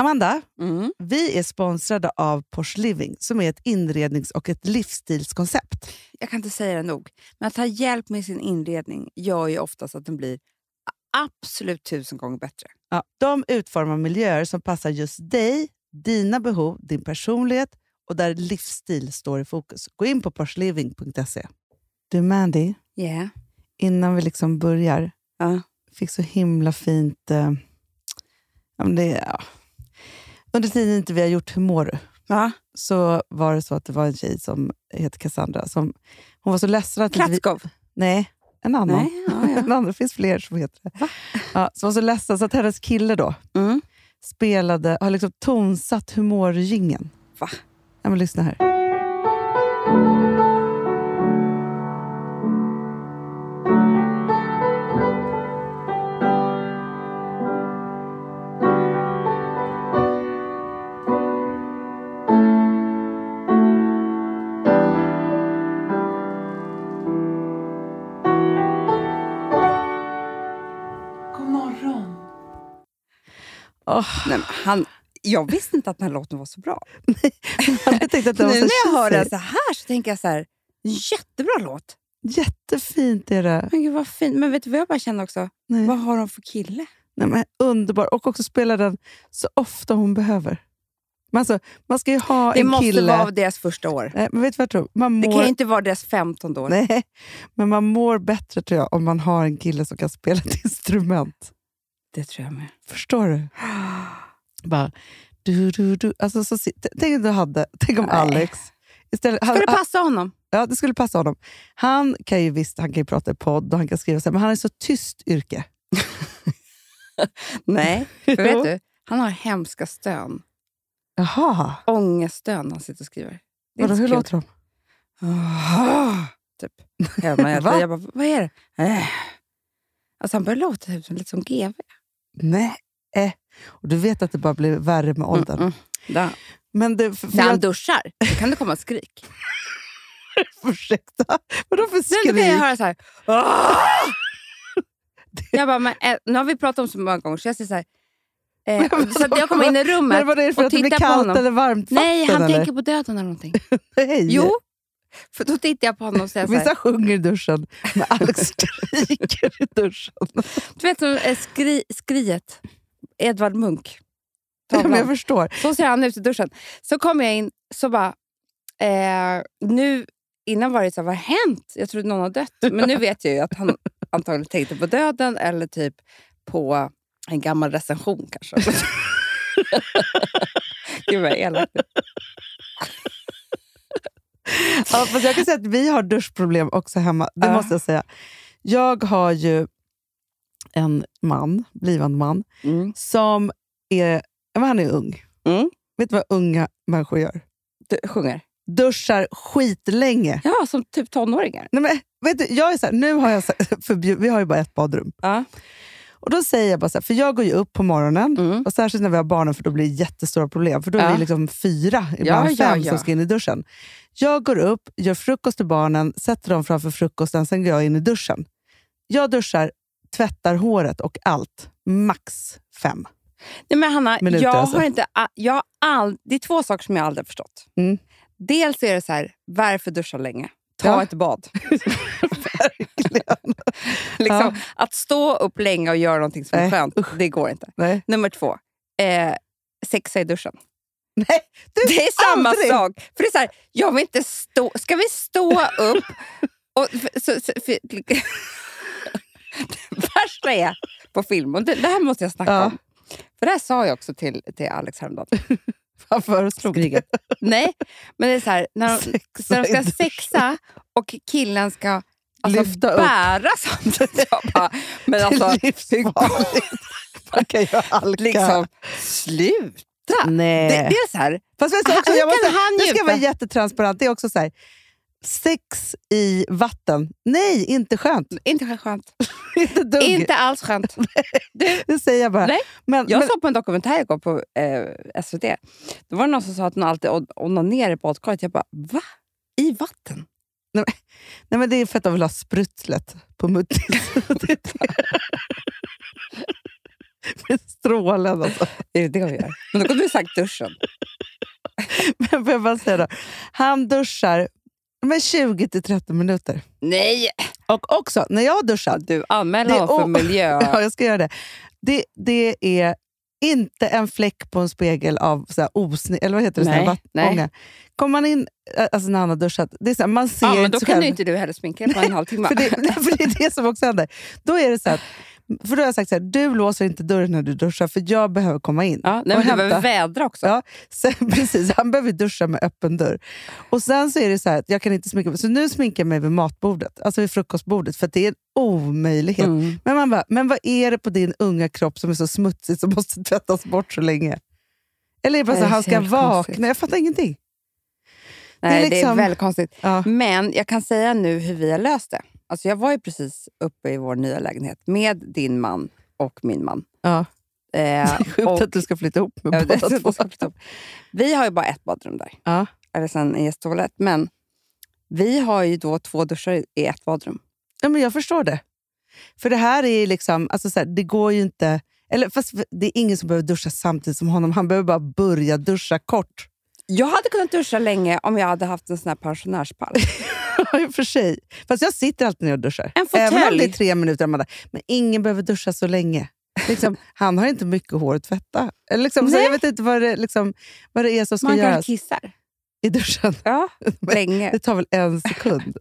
Amanda, Mm. vi är sponsrade av Porsche Living som är ett inrednings och ett livsstilskoncept. Jag kan inte säga det nog. Men att ha hjälp med sin inredning gör ju oftast att den blir absolut tusen gånger bättre. Ja, de utformar miljöer som passar just dig, dina behov, din personlighet och där livsstil står i fokus. Gå in på porsliving.se. Du Mandy, Yeah. innan vi liksom börjar, Ja. fick så himla fint... Eh, ja, men det, ja. Under tiden inte vi har gjort Hur mår du? Va? så var det så att det var en tjej som heter Cassandra. Som, hon var så ledsen att inte vi... Klatskov. Nej, en annan. Nej, ja, En ja. annan. Det finns fler som heter det. Ja, som var så ledsen så att hennes kille då Mm. spelade, har liksom tonsatt humorjingeln. Va? Ja, men lyssna här. Åh, Nej, men han, jag visste inte att den här låten var så bra. jag tänkte att det Nu var så när jag hör den cheesy. så här så tänker jag så här, jättebra låt. Jättefint är det. Men gud vad fint. Men vet du vad jag bara känner också? Nej. Vad har de för kille? Nej, men underbar. Och också spela den så ofta hon behöver. Men alltså, man ska ju ha Det en måste kille... vara deras första år. Nej, men vet du vad jag tror? Man Det mår... kan ju inte vara deras 15 år. Nej, men man mår bättre tror jag om man har en kille som kan spela ett instrument. Det tror jag med. Förstår du? Bara, du, du, du. Alltså, så, si- t- tänk om du hade, tänk om Nej. Alex. Istället, han, Skulle passa honom? ja, det skulle passa honom. Han kan ju visst han kan ju prata i podd och han kan skriva, så här, men han är så tyst yrke. Nej. För Jo. vet du? Han har hemska stön. Jaha, Ångeststön han sitter och skriver. Det är Vadå, inte så hur kul. låter de? Aha, typ. Hemma, jag, Va? jag bara, vad är det? Äh. Alltså han börjar låta typ, som- lite som GV. Nej. Eh. Och du vet att det bara blir värre med åldern. Mm, mm. Da. Men det, för, för När han jag, duschar, då kan det komma ett skrik. ursäkta, vadå för Sen då kan jag skrik? höra så här... "Åh!" "Ah!" Jag bara, men, eh, nu har vi pratat om så många gånger, så jag säger så här... Eh, Men så att jag kommer in i rummet Men vad är det för och att det blir tittar på kallt honom. eller varmt Nej, vatten, han eller? tänker på döden eller någonting. Nej. Jo, alltså. för då tittar jag på honom och säger så här... Vissa sjunger i duschen, men Alex skriker i duschen. Du vet som eh, skri, skriet, Edvard Munch. Ja, men Tavlan. jag förstår. Så ser han ut i duschen. Så kommer jag in, så bara... Eh, nu, innan var det så här, vad har hänt? Jag trodde någon har dött. Men nu vet jag ju att han antagligen tänkte på döden eller typ på en gammal recension kanske. Gud vad elakt. Ja, fast jag kan säga att vi har duschproblem också hemma. Det Ja. måste jag säga. Jag har ju en man, blivande man, Mm. som är... ja, men Han är ung. Mm. Vet du vad unga människor gör? Du sjunger? Duschar skitlänge. Ja, som typ tonåringar. Nej, men, vet du, jag är så här, nu har jag så här, förbjud, vi har ju bara ett badrum. Ja. Och Då säger jag bara så här, för jag går ju upp på morgonen, Mm. och särskilt när vi har barnen för då blir det jättestora problem. För då är Ja. vi liksom fyra, ibland Ja, ja, fem, ja. som ska in i duschen. Jag går upp, gör frukost till barnen, sätter dem framför frukosten, sen går jag in i duschen. Jag duschar, tvättar håret och allt. Max fem. Nej, men Hanna, Minuter, jag alltså. har inte, a- jag har all, det är två saker som jag aldrig har förstått. Mm. Dels är det så här, varför duscha länge? Ta Ja. ett bad. Verkligen. Liksom, Ja. Att stå upp länge och göra någonting som är Nej, skönt, det går inte. Nej. Nummer två, eh, sexa i duschen. Nej, du, Det är samma aldrig. sak. För det är så här, jag vill inte stå... Ska vi stå upp och... För, så, så, för, det värsta är på film, och det, det här måste jag snacka Ja. om. För det här sa jag också till, till Alex häromdagen. Vad föreslog du? Nej, men det är så här, när de, Sexa när de i ska duschen. sexa och killen ska alltså, Lyfta upp. bära samtidigt. Jag bara, men alltså, det är livsfarligt. Man kan ju halka. liksom, sluta! Det, Nej. det är så här, Fast vet du Ah, också, hur jag måste, kan han det ska njuta? vara jättetransparent. Det är också så här, sex i vatten. Nej, inte skönt. inte skönt. inte dugg. Inte alls skönt. Du, Det säger jag bara. Nej, men, jag men, såg på en dokumentär igår på eh, SVT. Då var det någon som sa att hon alltid on- onanerar i badkaret. Jag bara, va? I vatten? nej, men det är för att de vill ha spruttlet på muttis. Det är det. Med strålen alltså. Är det det vi gör? Men då kunde du sagt duschen. Men får jag bara säga då. Han duschar med 20-30 minuter. Nej! Och också, när jag duschar, Du, anmäl Det- honom för oh. miljö... Ja, jag ska göra det. Det, det är inte en fläck på en spegel av så här osne, eller vad heter det? Nej, Nej, nej. nej. Kommer man in äh, alltså när han har duschat, det är så här, man ser Ja, men inte då sig kan själv. du inte du heller sminka dig på en halvtimme. För det, nej, för det är det som också händer. Då är det så här, för då har jag sagt så här, du låser inte dörren när du duschar för jag behöver komma in. Ja, nej, och men du behöver hämta. vädra också. Ja, sen, precis, han behöver duscha med öppen dörr. Och sen så är det så här att jag kan inte sminka mig. Så nu sminkar jag mig vid matbordet, alltså vid frukostbordet, för att det är en omöjlighet. Mm. Men man bara, men vad är det på din unga kropp som är så smutsigt som måste tvättas bort så länge? Eller är det bara Det så är att han ska helt konstigt. vakna? Jag fattar ingenting. Nej, det är, liksom- väldigt konstigt. Ja. Men jag kan säga nu hur vi har löst det. Alltså jag var ju precis uppe i vår nya lägenhet med din man och min man. Ja. Eh, Sjukt och- att du ska flytta ihop med Ja, det- båda två. det ska bli topp. Vi har ju bara ett badrum där, Ja. eller sen en gästtoalett. Men vi har ju då två duschar i- i ett badrum. Ja, men jag förstår det. För det här är ju liksom, alltså så här, det går ju inte... Eller fast det är ingen som behöver duscha samtidigt som honom. Han behöver bara börja duscha kort. Jag hade kunnat duscha länge om jag hade haft en sån här pensionärspall. I och för sig. Fast jag sitter alltid när jag duschar. En Även om det är fåtölj! tre minuter, Amanda. Men ingen behöver duscha så länge. Liksom, han har inte mycket hår att tvätta. Eller liksom, så Nej. jag vet inte vad det, liksom, vad det är som ska Man kanske göras kissar. i duschen. Ja, Men länge. Det tar väl en sekund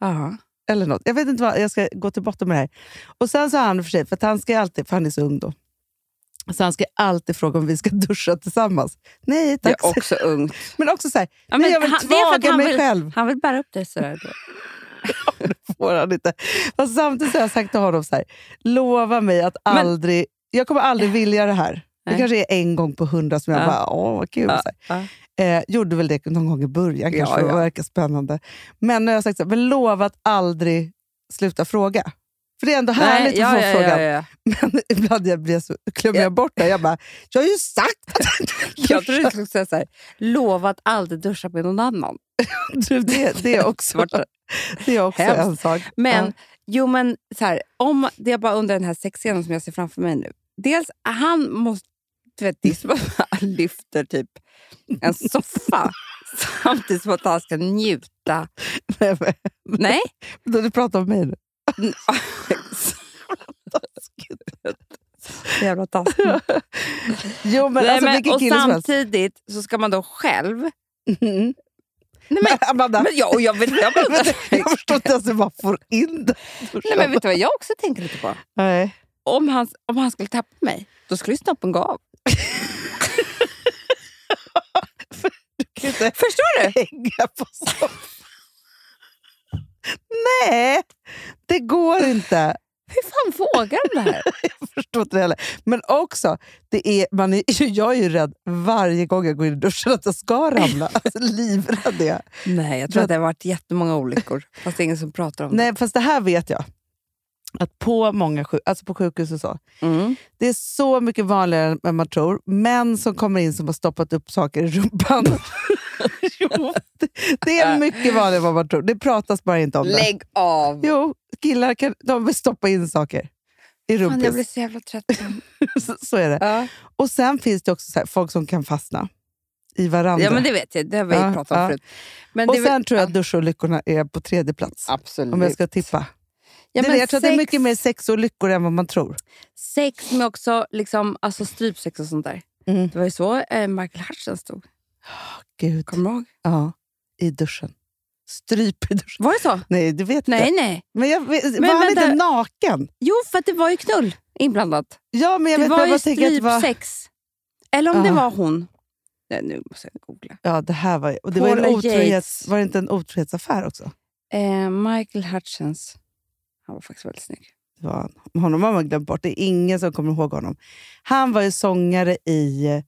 Ja. eller något. Jag vet inte vad, jag ska gå till botten med det här. Och sen så har han för sig, för att han ska ju alltid, för han är så ung då. Så han ska alltid fråga om vi ska duscha tillsammans. Nej Det tack. är också ungt. Men också så här, Ja, nej, jag vill han- det är för att tvaga han mig vill- själv. Han vill bära upp dig sådär. Då. Får han inte. Fast samtidigt så har jag sagt till honom så här, lova mig att Men- aldrig, jag kommer aldrig vilja det här. Det Nej. kanske är en gång på hundra som jag Ja. bara, åh vad kul. Ja, Så här. Eh, gjorde väl det någon gång i början kanske, Ja, för ja. det verkar spännande. Men nu har jag sagt så här, men lova att aldrig sluta fråga. För det är ändå härligt ja, att få ja, frågan. Ja, ja. Men ibland jag blir så, glömmer jag bort det. Jag bara, jag har ju sagt att jag inte Jag trodde du skulle säga såhär, lova att aldrig duscha med någon annan. duschar. det, det är också, Svårt. det är också Hemskt. en sak. Men, Ja. jo, men så här, om det jag bara undrar den här sexscenen som jag ser framför mig nu. Dels, han måste... Du vet, det är som att han lyfter typ en soffa samtidigt som att han ska njuta. Nej, men, Nej? då du pratar om mig nu. Jävla taskigt. Jo, men Nej, alltså men, vilken och kille som helst. samtidigt så ska man då själv... Mm. Nej, men, Men, Amanda, men jag, och jag, vet, jag, men, jag förstår inte ens hur man får in det. nej, men vet du vad jag också tänker lite på? Nej. om han, om han skulle tappa mig, då skulle ju snoppen gå av. Du kan inte Förstår du? hänga på så. Nej, det går inte. Hur fan vågar de det här? förstår inte det heller. Men också, det är, man är, jag är ju rädd varje gång jag går in i duschen att jag ska ramla. Alltså, livrädd är jag. Nej, jag tror att det har varit jättemånga olyckor. Fast det är ingen som pratar om Nej, fast det här vet jag. Att på många sjuk, alltså på sjukhus och så, det. Mm. det är så mycket vanligare än man tror. Män som kommer in som har stoppat upp saker i rumpan. jo, det, det är mycket vanligare än vad man tror. Det pratas bara inte om det. Lägg av! Jo, killar kan, de vill stoppa in saker i Fan, jag blir rumpis. så jävla trött. Så, så är det. ja. Och sen finns det också så här, folk som kan fastna i varandra. ja, men det vet jag. Det har vi Ja, pratat om ja. förut. Men och det är väl- sen tror jag att duscholyckorna är på tredje plats. Absolut. Om jag ska tippa. ja, det, men jag tror att det är sex- mycket mer sexolyckor än vad man tror. Sex med också liksom, alltså strypsex och sånt där. Mm. Det var ju så eh, Michael Hutchins stod. Gud. Kommer du ihåg? Ja, i duschen. Stryp i duschen. Var det så? Nej, du vet Nej, inte. nej. Men jag, vet- var Men han inte vänta. naken? Jo, för att det var ju knull inblandat. Ja, men jag det vet var jag ju bara tänker att det var... strypsex. Eller om det Ja. var hon. Nej, nu måste jag googla. Ja, det här var, och det var, ju en Paula otrohets, Yates. var det inte en otrohetsaffär också? Eh, Michael Hutchins. Han var faktiskt väldigt snygg. Det var han. Honom har man glömt bort. Det är ingen som kommer ihåg honom. Han var ju sångare i... eh, En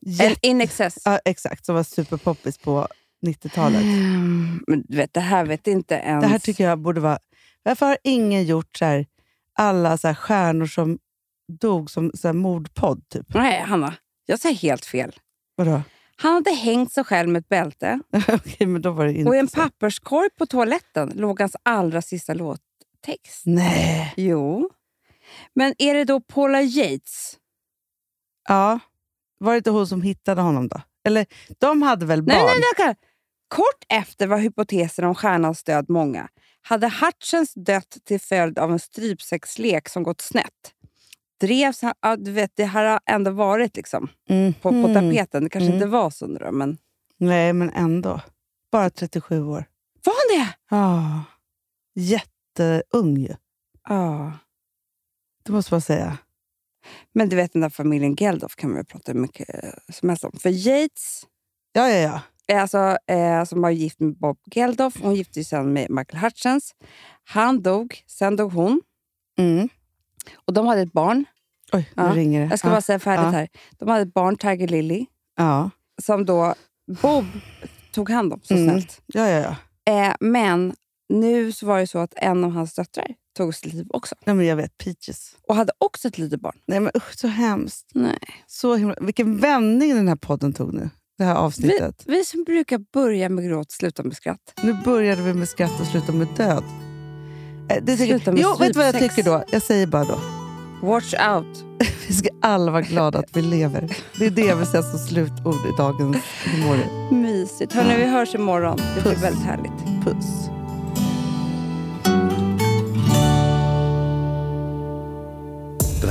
Jätte, In excess. ja, exakt, som var superpoppis på 90-talet. Ehm, Men du vet, det här vet inte ens... Det här tycker jag borde vara... Varför har ingen gjort så här, alla så här stjärnor som dog som så här mordpodd? Typ? Nej, Hanna. Jag säger helt fel. Vadå? Han hade hängt sig själv med ett bälte Okej, men då var det inte och i en så. papperskorg Mm. på toaletten låg hans allra sista låttext. Nej. Jo. Men är det då Paula Yates? Ja. Var det inte hon som hittade honom då? Eller de hade väl barn? Nej, nej, nej. vänta. Kort efter var hypotesen om stjärnans död många. Hade Hutchens dött till följd av en strypsexlek som gått snett? Drevs han... Ja, du vet, det här har ändå varit liksom Mm. på, på tapeten. Det kanske Mm. inte var så nu då, men... Nej, men ändå. Bara 37 år. Var han det? Ja. Jätteung ju. Ja. Det måste man säga. Men du vet, den där familjen Geldof kan man ju prata hur mycket eh, som helst om. För Yates, Ja, ja, ja. eh, alltså, eh, som var gift med Bob Geldof, hon gifte sig sen med Michael Hutchens. Han dog, sen dog hon. Mm. Och de hade ett barn. Oj, nu Ja. ringer det. Jag ska ja. bara säga färdigt ja. här. De hade ett barn, Tiger Lily, ja. som då Bob tog hand om så Mm. snällt. ja, ja, ja. Eh, men nu så var det så att en av hans döttrar tog sitt liv också. Nej, men jag vet. Peaches. Och hade också ett litet barn. Nej, men usch, så hemskt. Nej. Så himla... Vilken vändning den här podden tog nu. Det här avsnittet. Vi som brukar börja med gråt, sluta med skratt. Nu började vi med skratt och slutade med död. Eh, Det tycker... Sluta med jo, vet du vad jag strypsex. tycker då? Jag säger bara då. Watch out! Vi ska alla vara glada att vi lever. Det är det jag vill säga som slutord i dagens morgon. Mysigt. Hörni, vi hörs imorgon. Det blir Puss. väldigt härligt. Puss. Den